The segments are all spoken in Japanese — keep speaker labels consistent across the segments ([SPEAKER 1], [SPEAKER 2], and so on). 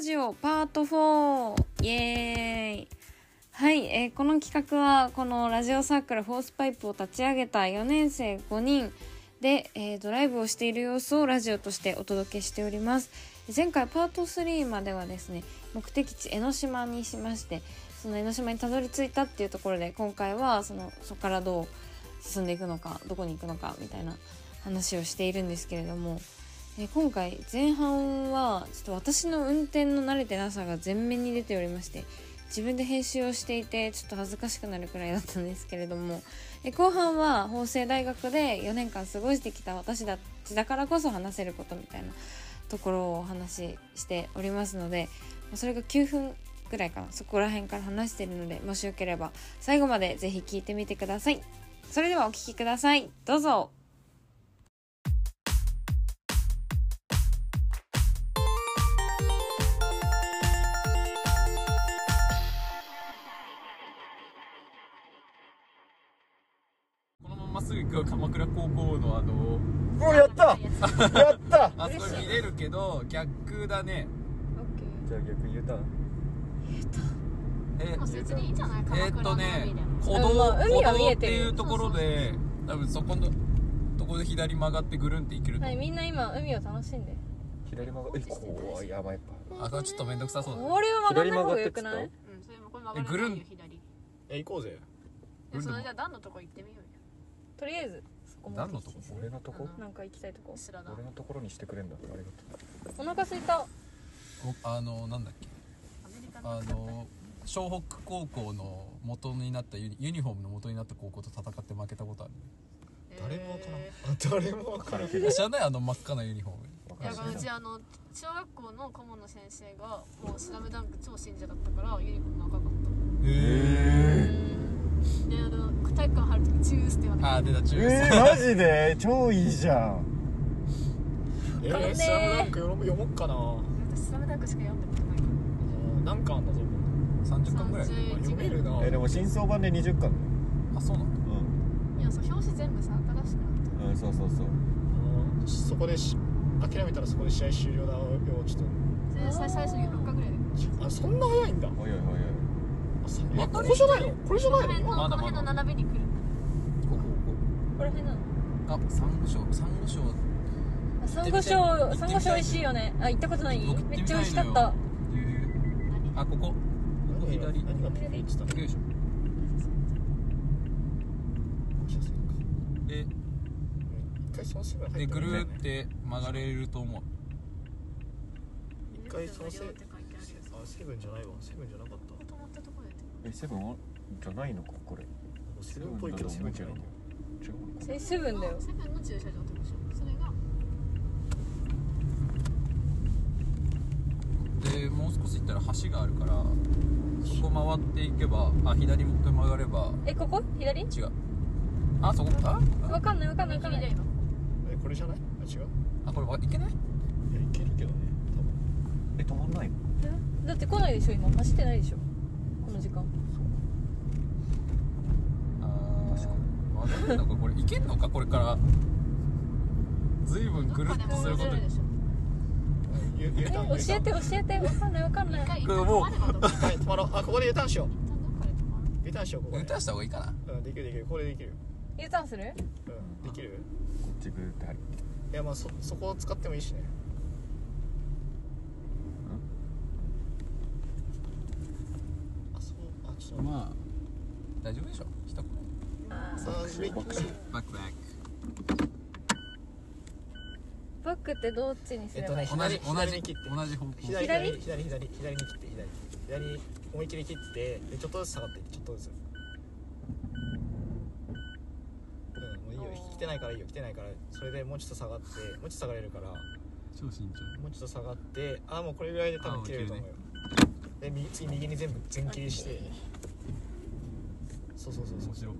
[SPEAKER 1] ジオパート4イエーイはい、えーこの企画はこのラジオサークルホースパイプを立ち上げた4年生5人で、えードライブをしている様子をラジオとしてお届けしております前回パート3まではですね目的地江ノ島にしましてその江ノ島にたどり着いたっていうところで今回はそのそこからどう進んでいくのかどこに行くのかみたいな話をしているんですけれども、えー今回前半はちょっと私の運転の慣れてなさが前面に出ておりまして自分で編集をしていてちょっと恥ずかしくなるくらいだったんですけれどもえ後半は法政大学で4年間過ごしてきた私たちだからこそ話せることみたいなところをお話ししておりますのでまあそれが9分ぐらいかなそこら辺から話しているのでもしよければ最後までぜひ聞いてみてくださいそれではお聞きくださいどうぞ
[SPEAKER 2] このまままっすぐ行く鎌倉高校のあの
[SPEAKER 3] おやったや った
[SPEAKER 2] あそこ見れるけど逆だね
[SPEAKER 3] じゃあ逆 U ターン
[SPEAKER 2] え
[SPEAKER 4] もう別にいいんじゃない
[SPEAKER 2] え
[SPEAKER 4] 鎌
[SPEAKER 2] ーっ
[SPEAKER 4] 倉
[SPEAKER 2] と
[SPEAKER 4] の海
[SPEAKER 2] ね
[SPEAKER 4] で
[SPEAKER 2] 歩
[SPEAKER 4] も、
[SPEAKER 1] うん
[SPEAKER 2] 道
[SPEAKER 1] まあ海は見
[SPEAKER 2] 歩道
[SPEAKER 1] え
[SPEAKER 2] って
[SPEAKER 1] る
[SPEAKER 2] いうところで多分そこのところで左曲がってぐるんって行けると思う
[SPEAKER 1] みんな今海を楽しんで
[SPEAKER 3] 左曲がえ怖いやばいやっ
[SPEAKER 2] あそれちょっと面倒くさそうだね
[SPEAKER 1] 俺は
[SPEAKER 3] ぱ左曲がってっつった
[SPEAKER 4] うんそれもこれ曲がらないよ左
[SPEAKER 5] え行こうぜ
[SPEAKER 4] えそのじゃあ段のとこ行ってみようよ
[SPEAKER 1] とりあえずそこ
[SPEAKER 2] 何のとこ
[SPEAKER 3] 俺のとこ
[SPEAKER 1] なんか行きたいとこ
[SPEAKER 4] スラダ
[SPEAKER 3] 俺のところにしてくれんだありがと
[SPEAKER 1] お腹空いた
[SPEAKER 2] おあのなんだっけ
[SPEAKER 4] アメリカ
[SPEAKER 2] あ
[SPEAKER 4] の
[SPEAKER 2] の湘北高校の元になったユニユニフォームの元になった高校と戦って負けたことある
[SPEAKER 5] 誰もわからん、
[SPEAKER 4] え
[SPEAKER 5] あ誰もわからん
[SPEAKER 2] 知らないあの真っ赤なユニフォーム
[SPEAKER 3] う
[SPEAKER 4] ーだからうちあの小学校の顧問の先生がもう「スラムダンク超信者だったからユニフォーム赤かっ
[SPEAKER 2] へ
[SPEAKER 4] たであの体育館入る時チュースって言われて
[SPEAKER 2] あー出た中
[SPEAKER 3] えー、マジで超いいじゃん
[SPEAKER 5] えー、スラムダンク読も読もっかなも
[SPEAKER 4] 私スラムダンクしか読んだことないから
[SPEAKER 5] う何巻あんだぞこ
[SPEAKER 2] 30巻ぐらい
[SPEAKER 5] れあ読めるな
[SPEAKER 3] えーでも新装版で20巻
[SPEAKER 2] あそうなんだ
[SPEAKER 3] う
[SPEAKER 4] いやそう表紙全部さ新しくなった
[SPEAKER 3] ん、うん、そうそうそう
[SPEAKER 5] あのそこでし諦めたらそこで試合終了だよちょっ
[SPEAKER 4] それで最最初に6巻ぐらいで
[SPEAKER 5] とあそんな早いんだ
[SPEAKER 3] おいおいおい
[SPEAKER 5] あそえここじゃないのこれじゃ
[SPEAKER 4] この
[SPEAKER 5] ない
[SPEAKER 4] 辺の
[SPEAKER 5] の
[SPEAKER 4] こ
[SPEAKER 2] まだま
[SPEAKER 4] の
[SPEAKER 2] だ
[SPEAKER 4] 辺の並びに来る
[SPEAKER 2] こここ
[SPEAKER 1] これ辺なの
[SPEAKER 2] こあサンゴ礁サンゴ礁
[SPEAKER 1] サンゴ
[SPEAKER 2] 行ってみた
[SPEAKER 1] 礁
[SPEAKER 2] い
[SPEAKER 1] サンゴ礁美味しいよねあ行ったことない
[SPEAKER 2] 僕行
[SPEAKER 1] め
[SPEAKER 2] て
[SPEAKER 1] っ
[SPEAKER 2] み
[SPEAKER 1] ちゃ美
[SPEAKER 2] い
[SPEAKER 1] 味しかっ
[SPEAKER 2] のよ
[SPEAKER 1] た
[SPEAKER 2] あここここ
[SPEAKER 5] 何が
[SPEAKER 2] 左
[SPEAKER 5] 何がピピンチだ
[SPEAKER 2] 行くでしょで
[SPEAKER 5] 一回その線が入
[SPEAKER 2] で
[SPEAKER 5] った
[SPEAKER 2] ぐ
[SPEAKER 5] らいいん
[SPEAKER 2] るー
[SPEAKER 5] じゃない
[SPEAKER 2] って曲がれると思う
[SPEAKER 5] 一回その線
[SPEAKER 4] って書いてあるやつ
[SPEAKER 5] あセブンじゃないわセブンじゃなかった
[SPEAKER 4] 止まったところで
[SPEAKER 3] えセブンじゃないのかこれ
[SPEAKER 5] セブンっぽいけどセブンじゃないんだよ
[SPEAKER 3] 違う
[SPEAKER 1] えセブンだよ
[SPEAKER 4] セブンの駐車場ってことでしょそれが
[SPEAKER 2] でもう少し行ったら橋があるからそこ回っていけばあ左もう一回曲がれば
[SPEAKER 1] えここ左
[SPEAKER 2] 違うあそこあ
[SPEAKER 1] わかんないわかんないわかんな
[SPEAKER 4] 右だ
[SPEAKER 1] い
[SPEAKER 4] よ
[SPEAKER 5] えこれじゃないあ違ういや
[SPEAKER 2] あこれわいけない
[SPEAKER 5] いけるけどね多分
[SPEAKER 3] え止まんないの
[SPEAKER 1] だって来ないでしょ今走ってないでしょこの時間
[SPEAKER 2] あ
[SPEAKER 3] 確か
[SPEAKER 2] ー曲がれるのかこれいけんのかこれからずいぶんぐるっとすることに
[SPEAKER 4] でしょ
[SPEAKER 5] ゆ U
[SPEAKER 1] え
[SPEAKER 5] ターン U タ
[SPEAKER 1] 教え
[SPEAKER 5] ーン
[SPEAKER 1] て教えてわかんないわかんない
[SPEAKER 4] 一回一
[SPEAKER 2] こ
[SPEAKER 4] 回
[SPEAKER 2] れ
[SPEAKER 4] 止
[SPEAKER 2] もう
[SPEAKER 4] まればどこ
[SPEAKER 5] 一回止まろうあここで U ターンしよ
[SPEAKER 4] 一旦どっかで止まる
[SPEAKER 5] う U ターンしようここで
[SPEAKER 2] 打たした方がいいかな
[SPEAKER 5] うんできるできるこれできる
[SPEAKER 1] U ターンする
[SPEAKER 5] うんできる
[SPEAKER 3] こっちぐーって入る
[SPEAKER 5] いやまあそそこを使ってもいいしねあそうあちょっと
[SPEAKER 2] まあ大丈夫でしょ下こ
[SPEAKER 5] あーめっちゃ
[SPEAKER 2] バックバック
[SPEAKER 1] バックってどっちにす
[SPEAKER 5] え
[SPEAKER 1] れ
[SPEAKER 5] っ
[SPEAKER 1] ば、
[SPEAKER 5] とね
[SPEAKER 2] 同じ
[SPEAKER 5] 左
[SPEAKER 2] 同
[SPEAKER 5] 左
[SPEAKER 2] じ
[SPEAKER 5] に切って
[SPEAKER 2] 同じ方向
[SPEAKER 1] 左
[SPEAKER 5] 左左左左左に切って左左に思い切り切ってでちょっとずつ下がってちょっとずつうんもういいよ引きてないからいいよ来てないからそれでもうちょっと下がってもうちょっと下がれるから
[SPEAKER 2] 超慎重
[SPEAKER 5] もうちょっと下がってあーもうこれぐらいで多分切れると思うよで右次右に全部全切りしてそうそうそうそう
[SPEAKER 2] 面白い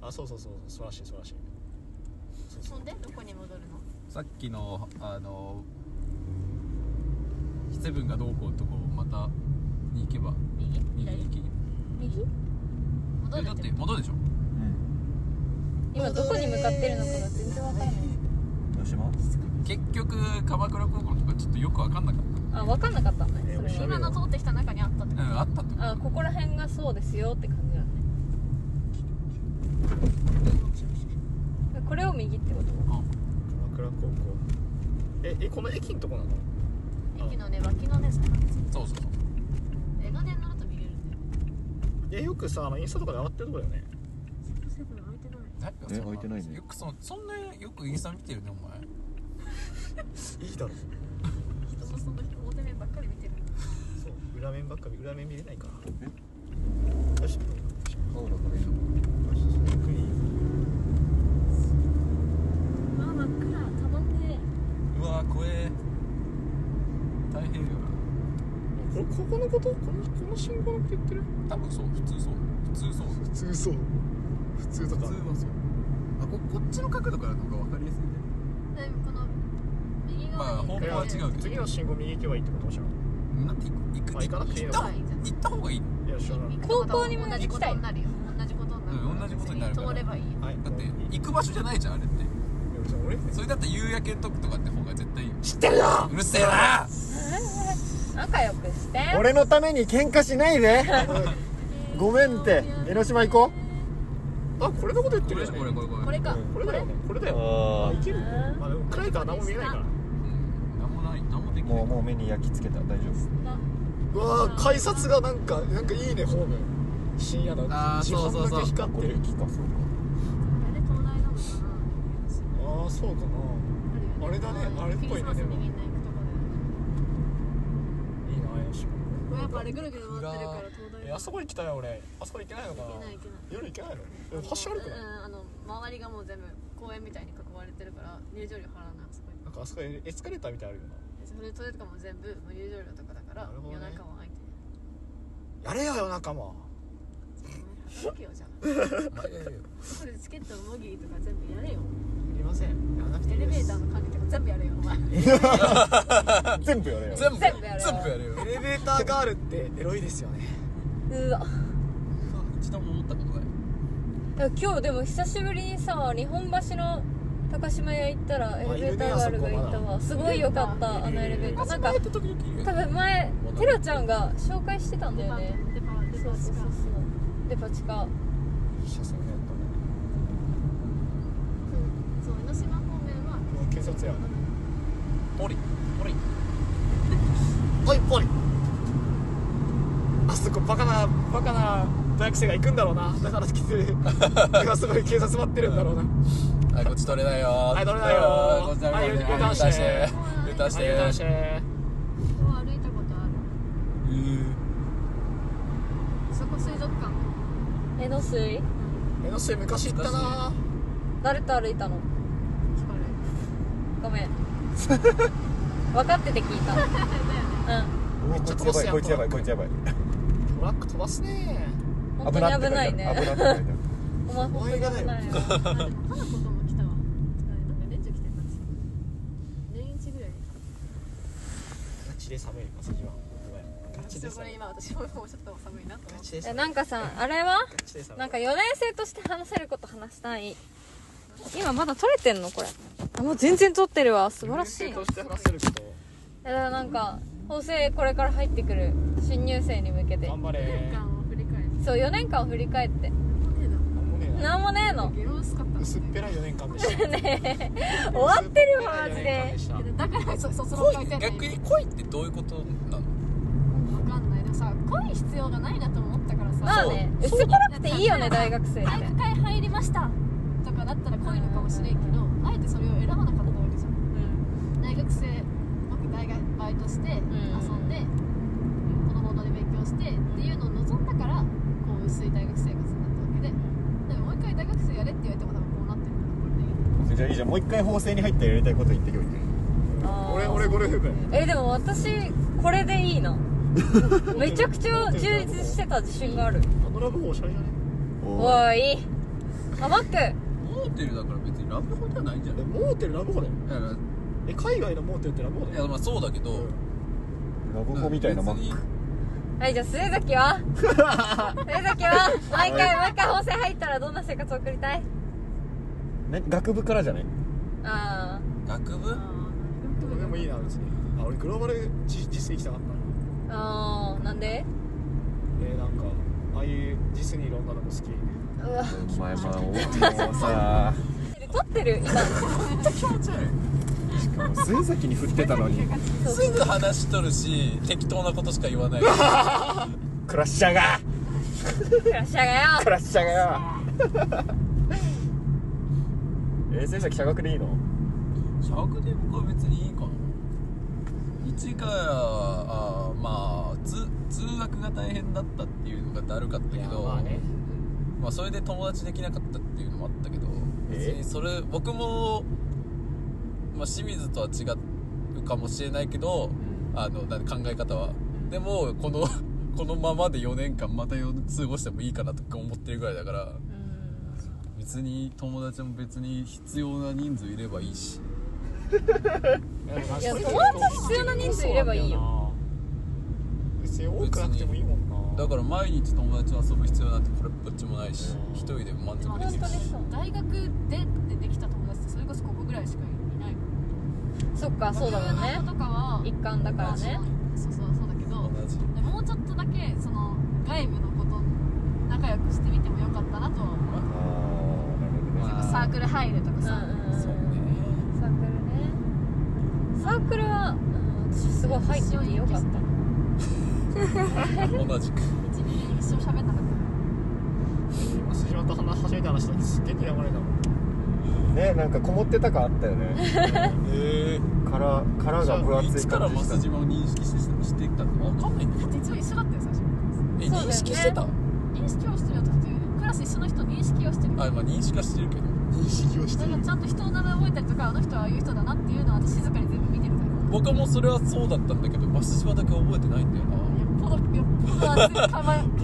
[SPEAKER 5] あそうそうそうそう素晴らしい素晴らしいそうそ
[SPEAKER 4] そ
[SPEAKER 5] うん
[SPEAKER 4] でどこに戻るの
[SPEAKER 2] さっきのあのセブンがどうこうとこまたに行けば
[SPEAKER 4] 右
[SPEAKER 2] 右
[SPEAKER 4] 左
[SPEAKER 2] に行け
[SPEAKER 1] 右
[SPEAKER 4] 戻
[SPEAKER 2] え
[SPEAKER 4] る
[SPEAKER 2] だっ
[SPEAKER 4] ってて
[SPEAKER 2] 戻るでしょ
[SPEAKER 3] うん
[SPEAKER 1] 今どこに向かってるのかが全然わかんない
[SPEAKER 3] どうします
[SPEAKER 2] 結局鎌倉高校のとかちょっとよく分かんなかっ
[SPEAKER 1] あわかんなかったね
[SPEAKER 5] え
[SPEAKER 1] そ
[SPEAKER 5] ー
[SPEAKER 1] れ
[SPEAKER 2] べろ
[SPEAKER 4] 今の通ってきた中にあったっ
[SPEAKER 2] う
[SPEAKER 4] て
[SPEAKER 2] ん
[SPEAKER 4] こと、
[SPEAKER 2] あったってこと
[SPEAKER 1] あここら辺がそうですよって感じだねこれを右ってこと
[SPEAKER 5] 鎌倉高校ええこの駅のとこなの
[SPEAKER 4] 駅のね脇のね坂道
[SPEAKER 2] そうそうそう
[SPEAKER 4] 江ノ電乗ると見れるんだよ
[SPEAKER 5] いやよくさあのインスタとかで上がってるとこだよね
[SPEAKER 4] セブン開いてない
[SPEAKER 2] 誰がそん
[SPEAKER 3] え開いてないね
[SPEAKER 2] よくそそんなよくインスタ見てるねお前
[SPEAKER 5] いいだろ
[SPEAKER 4] 人のその人表面ばっかり見てる
[SPEAKER 5] そう裏面ばっかり裏面見れないからよし
[SPEAKER 3] 顔だからいいの
[SPEAKER 5] ゆっくり
[SPEAKER 4] あ真っ暗たまんね
[SPEAKER 2] うわー怖え大変よ
[SPEAKER 5] こここのことこのこの信号のこと言ってる
[SPEAKER 2] 多分そう普通そう普通そう
[SPEAKER 5] 普通そう普通とか
[SPEAKER 2] はそうあここっちの角度からの方が分かりやすいね
[SPEAKER 4] えでもこの右
[SPEAKER 2] まあ
[SPEAKER 4] 側
[SPEAKER 2] 方
[SPEAKER 4] に
[SPEAKER 2] 向は違うけど
[SPEAKER 5] 次の信号右行けばいいってことじゃん
[SPEAKER 2] なんて行く
[SPEAKER 5] まあ行かなくていい
[SPEAKER 2] 行っ
[SPEAKER 5] の
[SPEAKER 2] た方
[SPEAKER 5] か
[SPEAKER 2] 行った方がいいの
[SPEAKER 5] いや知らない
[SPEAKER 1] 高校にも
[SPEAKER 4] 同
[SPEAKER 1] 行き
[SPEAKER 4] じこ
[SPEAKER 1] た
[SPEAKER 4] と
[SPEAKER 1] い
[SPEAKER 4] になるよ同じことになるから
[SPEAKER 2] うん同じことになるから
[SPEAKER 4] 通ればいいよ
[SPEAKER 5] はい
[SPEAKER 2] だって
[SPEAKER 5] いや
[SPEAKER 2] 行く場所じゃないじゃんあれって
[SPEAKER 5] じゃあ俺ね
[SPEAKER 2] それだったら夕焼けのとことかって方が絶対いい知ってるようるせえな
[SPEAKER 1] 仲良くして
[SPEAKER 6] 俺のために喧嘩しない でごめんって江ノ島行こ
[SPEAKER 5] あこれのこと言って
[SPEAKER 2] これ
[SPEAKER 5] るよね
[SPEAKER 2] これこれこ
[SPEAKER 4] こ
[SPEAKER 2] れ
[SPEAKER 4] れか、
[SPEAKER 5] これだよねこれだよ
[SPEAKER 3] あ
[SPEAKER 5] あ行けるねまあでも暗いから何も見えないから
[SPEAKER 2] うんなんもないなんもでき
[SPEAKER 3] あ
[SPEAKER 2] ない
[SPEAKER 3] もうもう目に焼き付けた大丈夫
[SPEAKER 5] うわー改札がなんかなんかいいねホーム深夜だ
[SPEAKER 2] あー
[SPEAKER 5] 自
[SPEAKER 2] そうそう
[SPEAKER 5] 販
[SPEAKER 2] そ
[SPEAKER 5] だ
[SPEAKER 2] う
[SPEAKER 5] け光っ
[SPEAKER 3] こ
[SPEAKER 5] て
[SPEAKER 3] れ
[SPEAKER 5] る
[SPEAKER 3] 駅かそうか
[SPEAKER 4] これで東大なのか
[SPEAKER 5] ああそうかな
[SPEAKER 4] な
[SPEAKER 5] あれだねあれっぽいね
[SPEAKER 4] ね
[SPEAKER 5] でも
[SPEAKER 4] 右に行くとこ
[SPEAKER 5] いいな怪し
[SPEAKER 4] だよねやっぱあれぐるぐる回ってるから東大
[SPEAKER 5] いえあそこに来たよ俺あそこ行けないのかな
[SPEAKER 4] 行けない行けない
[SPEAKER 5] 夜行けないのでも橋悪くない
[SPEAKER 4] うんうんあの周りがもう全部公園みたいに囲われてるから入場料払わないあそこに
[SPEAKER 5] なんかあそこエスカレーターみたいなのある
[SPEAKER 4] それ
[SPEAKER 5] よ
[SPEAKER 4] とれとかも全部無入場料とかだから、
[SPEAKER 5] なるほど
[SPEAKER 4] 夜
[SPEAKER 5] ね
[SPEAKER 4] 中は空いてな
[SPEAKER 5] なやれよ夜中も
[SPEAKER 4] いそうけよじゃあそこでチケットの模擬とか全部やれよ
[SPEAKER 5] いりませんやらなくてい
[SPEAKER 4] エ
[SPEAKER 5] い
[SPEAKER 4] レ
[SPEAKER 5] で
[SPEAKER 4] ベー
[SPEAKER 5] す
[SPEAKER 4] ターの管理とか全部やれよお前
[SPEAKER 6] う全部やれよ
[SPEAKER 2] 全部
[SPEAKER 1] 全部やる
[SPEAKER 2] 全部やるよ
[SPEAKER 5] エレベーターガールってエロいですよね
[SPEAKER 1] うわ
[SPEAKER 2] 一度も思ったことない
[SPEAKER 1] 今日でも久しぶりにさ日本橋の高島屋行ったらエレベーターガールがいたわすごい良かったあのエレベーターなんか
[SPEAKER 2] 時々いるよ
[SPEAKER 1] 多分前テラちゃんが紹介してたんだよね
[SPEAKER 4] デパ
[SPEAKER 1] そう
[SPEAKER 4] デ
[SPEAKER 1] そうそ
[SPEAKER 4] パ
[SPEAKER 1] う
[SPEAKER 4] 地
[SPEAKER 1] そう
[SPEAKER 4] 下
[SPEAKER 1] デパ地下
[SPEAKER 5] 一車線でやったね
[SPEAKER 4] そう江ノ島方面は
[SPEAKER 5] もう警察や
[SPEAKER 2] ポリポリ
[SPEAKER 5] おいおいあそこバカなバカな大学生が行くんだろうなだから 来てる今すごい警察待ってるんだろうな
[SPEAKER 2] はいこっち取れないよ
[SPEAKER 5] はい取れないよ
[SPEAKER 2] こっち取れないよ
[SPEAKER 5] はい U-turn
[SPEAKER 2] 出
[SPEAKER 5] して
[SPEAKER 2] 出して
[SPEAKER 5] はい
[SPEAKER 2] 出
[SPEAKER 5] 出
[SPEAKER 2] し
[SPEAKER 5] してて
[SPEAKER 4] ここは歩いたことある
[SPEAKER 2] うー
[SPEAKER 4] そこ水族館
[SPEAKER 1] 江ノ水
[SPEAKER 5] 江ノ水昔行ったな
[SPEAKER 1] 誰と歩いたの
[SPEAKER 4] 聞かれる
[SPEAKER 1] ご めん分かってて聞いた う
[SPEAKER 5] めっちゃ飛ばすやん
[SPEAKER 3] こいつやばいこいつやばいこいつや
[SPEAKER 5] トラック飛ばすね
[SPEAKER 1] ん
[SPEAKER 3] ば
[SPEAKER 1] 本当
[SPEAKER 3] い
[SPEAKER 1] に
[SPEAKER 3] っ
[SPEAKER 1] 危
[SPEAKER 3] て書いてあ
[SPEAKER 1] な
[SPEAKER 3] る
[SPEAKER 1] いね
[SPEAKER 3] 危なって書いてある
[SPEAKER 1] お前本当に危ないよ
[SPEAKER 4] あでも花子とも来たわなんか年中来てたんですよ年一ぐらいに
[SPEAKER 5] ガチで寒い朝日はガチ
[SPEAKER 4] ちょっ
[SPEAKER 5] で
[SPEAKER 4] とこ
[SPEAKER 5] 寒
[SPEAKER 4] れ
[SPEAKER 5] い
[SPEAKER 4] 今私ももうちょっと寒いなと
[SPEAKER 5] ガ
[SPEAKER 4] 思って
[SPEAKER 5] チで
[SPEAKER 1] え
[SPEAKER 5] 寒い
[SPEAKER 1] なんかさあれは
[SPEAKER 5] ガチで寒い
[SPEAKER 1] なんか4年生として話せること話したい今まだ撮れてんのこれあもう全然撮ってるわ素晴らしい
[SPEAKER 5] として話せるこ
[SPEAKER 1] だからなんか法制これから入ってくる新入生に向け
[SPEAKER 5] と
[SPEAKER 1] て
[SPEAKER 5] 頑張れ
[SPEAKER 4] 年間を振り返る
[SPEAKER 1] そう4年間を振り返って
[SPEAKER 4] なんもねえな
[SPEAKER 1] な
[SPEAKER 5] なんもねえな
[SPEAKER 1] んもねえの
[SPEAKER 4] ゲロ薄かった
[SPEAKER 5] 薄っぺらい4年間でしたね
[SPEAKER 1] 終わってるわマジで
[SPEAKER 4] だからそ卒論書
[SPEAKER 2] 恋
[SPEAKER 4] いてんの
[SPEAKER 2] 逆に恋ってどういうことなの
[SPEAKER 4] わかんないでもさ恋必要がないなと思ったからさ
[SPEAKER 1] まあね薄っぺらくていいよね大学生って
[SPEAKER 4] 体育会入りましたとかだったら恋のかもしれんけどあえてそれを選ばなかったわけじゃん大学生僕大学バイトして遊んでこのボードで勉強してっていうのを望んだからこう薄い大学生活になったわけででももう一回大学生やれって言われても多分こうなってるから
[SPEAKER 6] じゃあいいじゃんもう一回法制に入ってやりたいこと言ってきよいい
[SPEAKER 1] あー
[SPEAKER 5] 俺俺ゴルフ部
[SPEAKER 1] えでも私これでいいなめちゃくちゃ充実してた自信がある
[SPEAKER 5] パノラムホおしゃれじゃね
[SPEAKER 3] お
[SPEAKER 1] おいあマック
[SPEAKER 2] モーテルだから別にラブホじゃないんじゃない
[SPEAKER 5] えモーテルラブホだよ
[SPEAKER 2] いや
[SPEAKER 5] え海外のモーテルってラブホ
[SPEAKER 2] い
[SPEAKER 5] だ
[SPEAKER 2] や
[SPEAKER 5] よ
[SPEAKER 2] まあそうだけど
[SPEAKER 3] ラブホみたいなマ
[SPEAKER 2] 別
[SPEAKER 3] ッ
[SPEAKER 2] に
[SPEAKER 3] ク
[SPEAKER 1] はいじゃあ末崎は末崎は毎回毎回法制入ったらどんな生活を送りたい
[SPEAKER 3] ね学部からじゃない
[SPEAKER 1] ああ
[SPEAKER 2] 学部
[SPEAKER 5] でもいいな別にあ俺グローバルじ実践行きたかった
[SPEAKER 1] あーなんで
[SPEAKER 5] えなんかああいうディスニーの女の子好き
[SPEAKER 1] うわ
[SPEAKER 3] お前まあおもうさ
[SPEAKER 1] 撮ってる今
[SPEAKER 3] しかも末崎に振ってたのに
[SPEAKER 2] すぐ話しとるし適当なことしか言わない
[SPEAKER 6] クラッシャーが
[SPEAKER 1] クラッシャーがよ
[SPEAKER 6] クラッシャーがよ
[SPEAKER 3] え末崎社学でいいの
[SPEAKER 2] 尺で僕は別にいいかな一があーまあ通通学が大変だったっていうのがだるかったけど
[SPEAKER 5] まあね
[SPEAKER 2] まあそれで友達できなかったっていうのもあったけど
[SPEAKER 3] え
[SPEAKER 2] 別にそれ僕も、まあ、清水とは違うかもしれないけどあのなん考え方はでもこの このままで4年間またよ過ごしてもいいかなとか思ってるぐらいだから別に友達も別に必要な人数いればいいし
[SPEAKER 1] いや友達必要な人数いればいいよ
[SPEAKER 5] よ別に多くなくてもいいもんな
[SPEAKER 2] だから毎日友達と遊ぶ必要なんてこれっぽっちもないし一人で満足
[SPEAKER 4] 本
[SPEAKER 2] で
[SPEAKER 4] 当
[SPEAKER 2] きるし
[SPEAKER 4] にそう大学でってできた友達ってそれこそここぐらいしかいないもん
[SPEAKER 1] そっかそうだもんね
[SPEAKER 4] 学部の子とかは
[SPEAKER 1] 一貫だからね
[SPEAKER 4] そうそうそうだけど
[SPEAKER 2] 同じ
[SPEAKER 4] でもうちょっとだけその外部のこと仲良くしてみてもよかったなとは思う
[SPEAKER 3] あーなるほどね
[SPEAKER 2] まあ
[SPEAKER 4] サークル入るとか
[SPEAKER 1] うんう
[SPEAKER 4] さ、
[SPEAKER 1] んうん
[SPEAKER 2] そうね
[SPEAKER 1] サークルねサークルは、うん、私すごい入っててよかった
[SPEAKER 2] 同じく
[SPEAKER 4] 一年一生喋んなかった
[SPEAKER 5] 今筋島と話初めて話した時すっげえ嫌われたもん
[SPEAKER 3] ねなんかこもってた感あったよね
[SPEAKER 2] へえ
[SPEAKER 3] 殻殻が分厚
[SPEAKER 2] い
[SPEAKER 3] い
[SPEAKER 2] つから
[SPEAKER 3] 感じ
[SPEAKER 2] 増
[SPEAKER 3] した
[SPEAKER 2] 島を認識してしてきたのかわかんないんだ
[SPEAKER 4] だ
[SPEAKER 2] よ
[SPEAKER 4] って一応一緒だったよ最初
[SPEAKER 2] え
[SPEAKER 1] そうだよね
[SPEAKER 2] 認識してたあ
[SPEAKER 4] 認識をしてるよだってクラス一緒の人認識をしてる
[SPEAKER 2] まあ認識はしてるけど
[SPEAKER 5] 認識をし
[SPEAKER 4] だからちゃんと人の名前覚えたりとかあの人はああいう人だなっていうのは私静かに全部見てるタイプ
[SPEAKER 2] 僕もそれはそうだったんだけど増島だけ覚えてないんだよ
[SPEAKER 4] よっぽどよっぽど厚い壁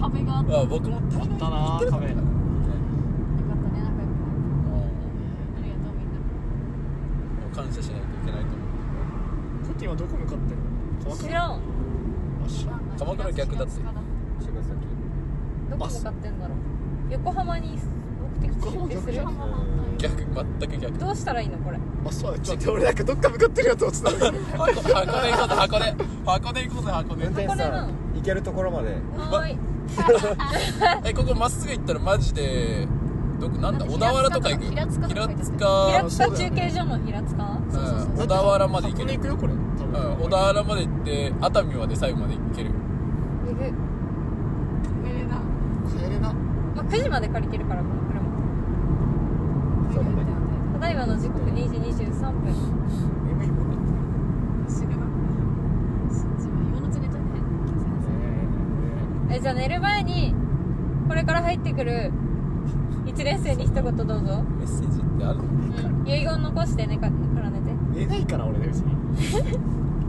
[SPEAKER 4] 壁があってよ
[SPEAKER 2] なあ僕も多分
[SPEAKER 5] だなカメ
[SPEAKER 4] かったね仲良くなってありがとうみんな
[SPEAKER 2] 感謝しないといけないと思う
[SPEAKER 5] コッキンはどこ向かって
[SPEAKER 1] 知
[SPEAKER 5] るの
[SPEAKER 1] らん
[SPEAKER 5] あ知らん
[SPEAKER 2] 鎌倉逆だって
[SPEAKER 4] 気がつかな
[SPEAKER 3] 茅ヶ崎
[SPEAKER 1] どこ向かってんだろう横浜に目的地設定する
[SPEAKER 5] 横浜
[SPEAKER 2] 逆全く逆
[SPEAKER 1] どうしたらいいのこれ
[SPEAKER 5] あそうだちょっと俺なんかどっか向かってるやつをつなぐ
[SPEAKER 2] 箱根行こうぜ箱根箱根行こうぜ箱根
[SPEAKER 3] 運転手さん行けるところまで
[SPEAKER 1] はーい
[SPEAKER 2] えここまっすぐ行ったらマジでどこなんだ小田原とか行く
[SPEAKER 4] 平塚とか
[SPEAKER 2] 平
[SPEAKER 4] 入ってた
[SPEAKER 2] 塚
[SPEAKER 1] 平塚中継所の平塚
[SPEAKER 2] うん小田原まで行け
[SPEAKER 5] 箱
[SPEAKER 2] る
[SPEAKER 5] 根行くよこれ多
[SPEAKER 2] うん
[SPEAKER 5] 分
[SPEAKER 2] 小田原まで行って熱海まで最後まで行ける
[SPEAKER 1] えぐ
[SPEAKER 4] 帰れな
[SPEAKER 5] 帰れな
[SPEAKER 1] まあ、9時まで借りてるからこの車
[SPEAKER 4] 帰れみたいな
[SPEAKER 1] ただいまの時刻2時23分
[SPEAKER 5] 眠いもん
[SPEAKER 4] 死ぬな自分今のうち寝といて
[SPEAKER 1] えじゃあ寝る前にこれから入ってくる1年生に一言どうぞ、
[SPEAKER 2] メッセージってあるの
[SPEAKER 1] うん、遺言残して寝かから寝て
[SPEAKER 5] 寝ないから俺ね別に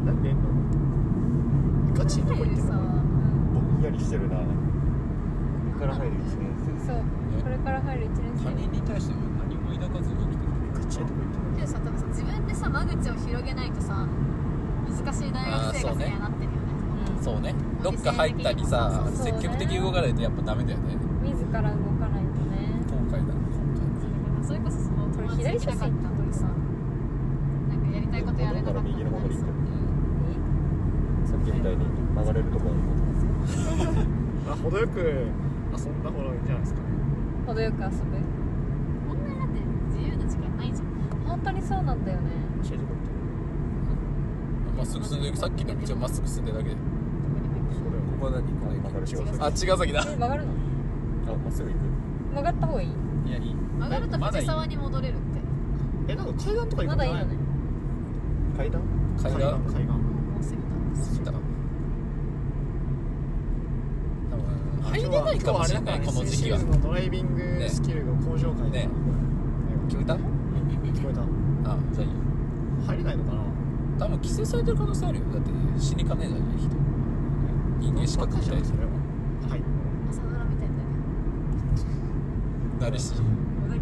[SPEAKER 5] なんで寝んのガチでどこ行ってん
[SPEAKER 4] さ
[SPEAKER 5] の
[SPEAKER 1] うん
[SPEAKER 3] ぼんやりしてるなここから入る1年
[SPEAKER 1] そうこれから入る1年生
[SPEAKER 2] 他人に対しては何も抱かずに生きてる
[SPEAKER 5] ガチでどこ行ってんの
[SPEAKER 4] けどさ多分さ自分でさ間口を広げないとさ難しい大学生活にはなってるよね
[SPEAKER 2] そうねどっか入ったりさ
[SPEAKER 1] そうね
[SPEAKER 2] 積極的に動かないとやっぱダメだよね
[SPEAKER 1] うん自ら動かないとね
[SPEAKER 2] 今回だね
[SPEAKER 4] うんそれこそその友達できなかったとかさなんかやりたいことやれなかったとか
[SPEAKER 3] 右の方に行ってる
[SPEAKER 1] え
[SPEAKER 3] 生さっきみたいに曲がれるところ
[SPEAKER 5] あ程よく遊んだ方がいいんじゃないですかね
[SPEAKER 1] 程よく遊
[SPEAKER 4] こんなだって自由な時間ないじゃん
[SPEAKER 1] ぶ本当にそうなんだよね
[SPEAKER 5] 教えてこいって
[SPEAKER 2] まっすぐ進んでいくさっきの道はまっすぐ進んでるだけでここは何こ
[SPEAKER 3] 曲がる仕事
[SPEAKER 2] あ
[SPEAKER 3] あ
[SPEAKER 2] 茅ヶ崎だ
[SPEAKER 1] え曲がるの
[SPEAKER 3] まっすぐ行く
[SPEAKER 1] 曲がった方がいい
[SPEAKER 2] いやいい
[SPEAKER 4] 曲がると藤沢に戻れるって
[SPEAKER 5] えなんか海岸とか行く
[SPEAKER 1] ま
[SPEAKER 5] んじ
[SPEAKER 1] だ
[SPEAKER 5] ゃ
[SPEAKER 1] いい
[SPEAKER 5] な
[SPEAKER 1] の
[SPEAKER 5] い
[SPEAKER 1] ね
[SPEAKER 3] 階段
[SPEAKER 2] 階
[SPEAKER 5] 海
[SPEAKER 2] 段
[SPEAKER 5] 岸海岸
[SPEAKER 4] もう過ぎたんです
[SPEAKER 2] 多分入れ
[SPEAKER 5] 今日は
[SPEAKER 2] ないかもしれないこの時期は
[SPEAKER 5] シーズンのドライビングスキルが向上会
[SPEAKER 2] ね聞こえた
[SPEAKER 5] 聞こえた
[SPEAKER 2] あじゃあいいよ
[SPEAKER 5] 入れないのかな
[SPEAKER 2] 多分規制されてる可能性あるよだって死にかねえじゃない人人間しか
[SPEAKER 5] 若
[SPEAKER 2] 来
[SPEAKER 5] いじゃ
[SPEAKER 2] ない
[SPEAKER 5] ん
[SPEAKER 2] じゃ
[SPEAKER 5] そ
[SPEAKER 2] ん
[SPEAKER 5] れははい
[SPEAKER 4] 朝ドラみたいだね
[SPEAKER 2] なるし
[SPEAKER 4] 小田切城を海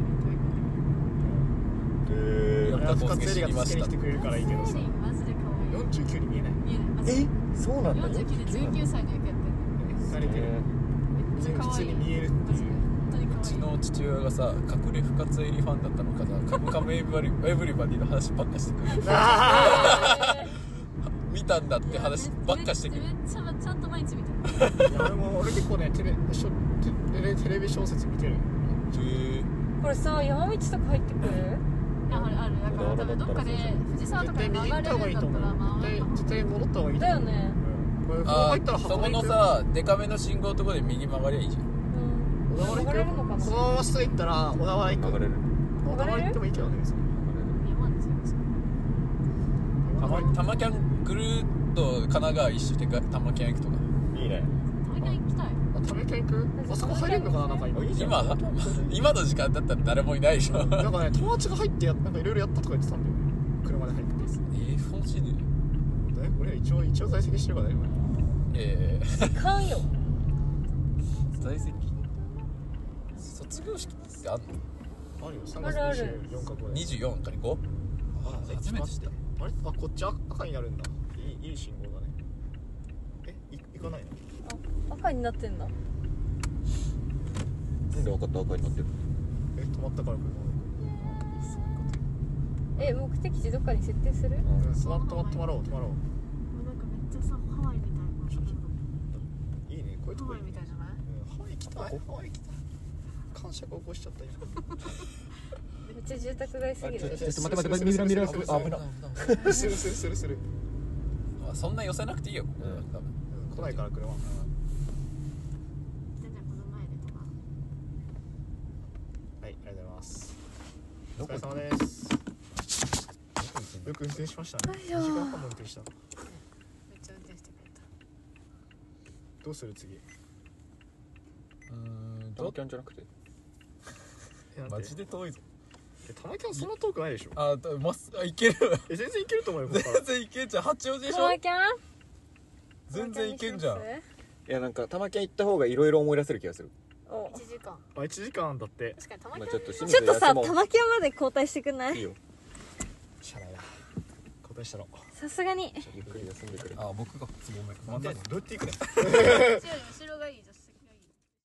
[SPEAKER 4] に飛
[SPEAKER 3] え
[SPEAKER 4] び込んで
[SPEAKER 5] 俺は深津絵里が助けに来てくれるからいいけどさ
[SPEAKER 4] マジで可愛い
[SPEAKER 5] 49に見え ない
[SPEAKER 4] 見えないマジで
[SPEAKER 3] えそうなんだ
[SPEAKER 4] 49で19歳の役やって
[SPEAKER 5] されてる
[SPEAKER 4] るめっちゃ可
[SPEAKER 5] 普通
[SPEAKER 4] 愛い
[SPEAKER 5] に見えるって
[SPEAKER 4] マジ
[SPEAKER 5] い
[SPEAKER 4] で
[SPEAKER 5] う
[SPEAKER 4] 本当に可
[SPEAKER 2] うち
[SPEAKER 4] 愛い
[SPEAKER 2] の父親がさ隠れ深津絵里ファンだったのかさ「カムカムエヴリエヴリバディ」の話ばっかしてくる
[SPEAKER 5] あ
[SPEAKER 2] 見たんだって話ばっかしてく
[SPEAKER 4] め
[SPEAKER 2] る
[SPEAKER 4] っちゃちゃんと毎日見てる
[SPEAKER 5] いや俺も俺結構ねテレしょテレテレビ小説見てる
[SPEAKER 2] へ
[SPEAKER 1] これさ山道とか入ってくる
[SPEAKER 4] いやあるあるだから多分どっかで藤沢と
[SPEAKER 5] 絶
[SPEAKER 4] か
[SPEAKER 5] 対
[SPEAKER 4] に
[SPEAKER 5] 右
[SPEAKER 4] 曲が
[SPEAKER 5] 行っ
[SPEAKER 4] れ
[SPEAKER 5] た方が
[SPEAKER 4] る
[SPEAKER 5] い
[SPEAKER 4] んだ
[SPEAKER 5] い
[SPEAKER 4] っ
[SPEAKER 5] と思
[SPEAKER 4] たら
[SPEAKER 5] う
[SPEAKER 4] 曲が
[SPEAKER 5] 絶
[SPEAKER 4] れる
[SPEAKER 5] 対絶対戻った方がいいと
[SPEAKER 1] だよ
[SPEAKER 5] 思う
[SPEAKER 1] ね
[SPEAKER 5] これこう
[SPEAKER 2] あ
[SPEAKER 5] 入ったら
[SPEAKER 2] ーそ
[SPEAKER 5] 箱
[SPEAKER 2] こ
[SPEAKER 5] 根行
[SPEAKER 2] の
[SPEAKER 5] く
[SPEAKER 2] さデカめの信号のとこで右曲がりゃいいじゃん
[SPEAKER 1] うん
[SPEAKER 5] 小田
[SPEAKER 1] 曲
[SPEAKER 5] 原行
[SPEAKER 1] が
[SPEAKER 5] く
[SPEAKER 1] れるのかな
[SPEAKER 5] このまま下行ったら小田原行く
[SPEAKER 3] 流れる
[SPEAKER 5] 小田原行ってもいいけどね別に
[SPEAKER 4] 山ですよ
[SPEAKER 2] たまたまキャンぐるーっと神奈川一周でかたまキャン行くとか
[SPEAKER 3] いいね
[SPEAKER 4] 大会行きたい
[SPEAKER 5] あ食べていくあそこ入れるのかななんか今
[SPEAKER 3] あいいじゃん
[SPEAKER 2] 今今の時間だったら誰もいないでしょえ
[SPEAKER 5] なんかね友達が入ってやなんかいろいろやったとか言ってたんだよね車で入って
[SPEAKER 2] ー、フォーシヌ
[SPEAKER 5] え俺は一応一応在籍してるからね
[SPEAKER 2] えー、
[SPEAKER 1] いかんよ
[SPEAKER 2] 在籍卒業式ってあんの
[SPEAKER 5] 今あるよ3
[SPEAKER 1] あ
[SPEAKER 5] 月
[SPEAKER 1] るある
[SPEAKER 5] 24日これ
[SPEAKER 2] 24から 5?
[SPEAKER 5] あ
[SPEAKER 2] 初めて知った
[SPEAKER 5] あれあこっち赤になるんだいいいい信号だねえい行かないの
[SPEAKER 1] 赤になってんだ
[SPEAKER 3] なんで分かった赤になってる
[SPEAKER 5] え止まったから車
[SPEAKER 1] え目的地どっかに設定する
[SPEAKER 5] うん止ま止ま止まろう止まろ
[SPEAKER 4] もうなんかめっちゃさハワイみたいな
[SPEAKER 5] ういいねこういうと
[SPEAKER 4] ハ
[SPEAKER 5] こ
[SPEAKER 4] ワ
[SPEAKER 5] い
[SPEAKER 4] イ
[SPEAKER 5] い
[SPEAKER 4] み
[SPEAKER 5] ね
[SPEAKER 4] たいじゃない
[SPEAKER 5] うんハワイ行きたいハワイ行きたい感触を起こしちゃった今
[SPEAKER 1] めっちゃ住宅街すぎ
[SPEAKER 3] あ
[SPEAKER 1] る
[SPEAKER 3] ちょっと待って待ってミラミラするあ 危な
[SPEAKER 5] するするするする、
[SPEAKER 2] まあそんな寄せなくていいよ、ここ
[SPEAKER 3] うん
[SPEAKER 2] 多分
[SPEAKER 5] うん、来ないから車
[SPEAKER 4] じゃあこの前でとか
[SPEAKER 5] はい、ありがとうございます。お
[SPEAKER 3] ど
[SPEAKER 5] 疲
[SPEAKER 3] こ
[SPEAKER 5] れ様です。よく運転しましたね。2時間半も運転した。
[SPEAKER 4] めっちゃ運転してくれた
[SPEAKER 5] どうする次？
[SPEAKER 2] うーん
[SPEAKER 3] ド
[SPEAKER 2] ど
[SPEAKER 3] アキャンじゃなくて
[SPEAKER 5] えなんで
[SPEAKER 2] マジで遠いぞ
[SPEAKER 5] え玉木さんそんな遠くないでしょ。
[SPEAKER 2] あだまっすあいける
[SPEAKER 5] え全然いけると思うよ。ここから
[SPEAKER 2] 全然いけんじゃん八王子でし
[SPEAKER 1] カ
[SPEAKER 2] ょ
[SPEAKER 1] ワキャン
[SPEAKER 2] 全然いけんじゃん
[SPEAKER 3] いやなんか玉キャン行った方がいろいろ思い出せる気がする
[SPEAKER 1] お
[SPEAKER 4] 1時間
[SPEAKER 5] あ1時間だ って。
[SPEAKER 4] 確かにたま
[SPEAKER 3] ま
[SPEAKER 4] に
[SPEAKER 3] あちょっと清
[SPEAKER 1] ちょ
[SPEAKER 3] 水
[SPEAKER 1] っとさ
[SPEAKER 3] 休もう
[SPEAKER 1] 玉キャンまで交代してくんない
[SPEAKER 3] い
[SPEAKER 1] い
[SPEAKER 3] よ
[SPEAKER 5] 車内だ。交代したの。
[SPEAKER 1] さすがに
[SPEAKER 3] ゆっくり休んでくれ
[SPEAKER 2] あ僕がすごいごめん
[SPEAKER 5] どうやって行くの？
[SPEAKER 4] 後ろがいいじゃん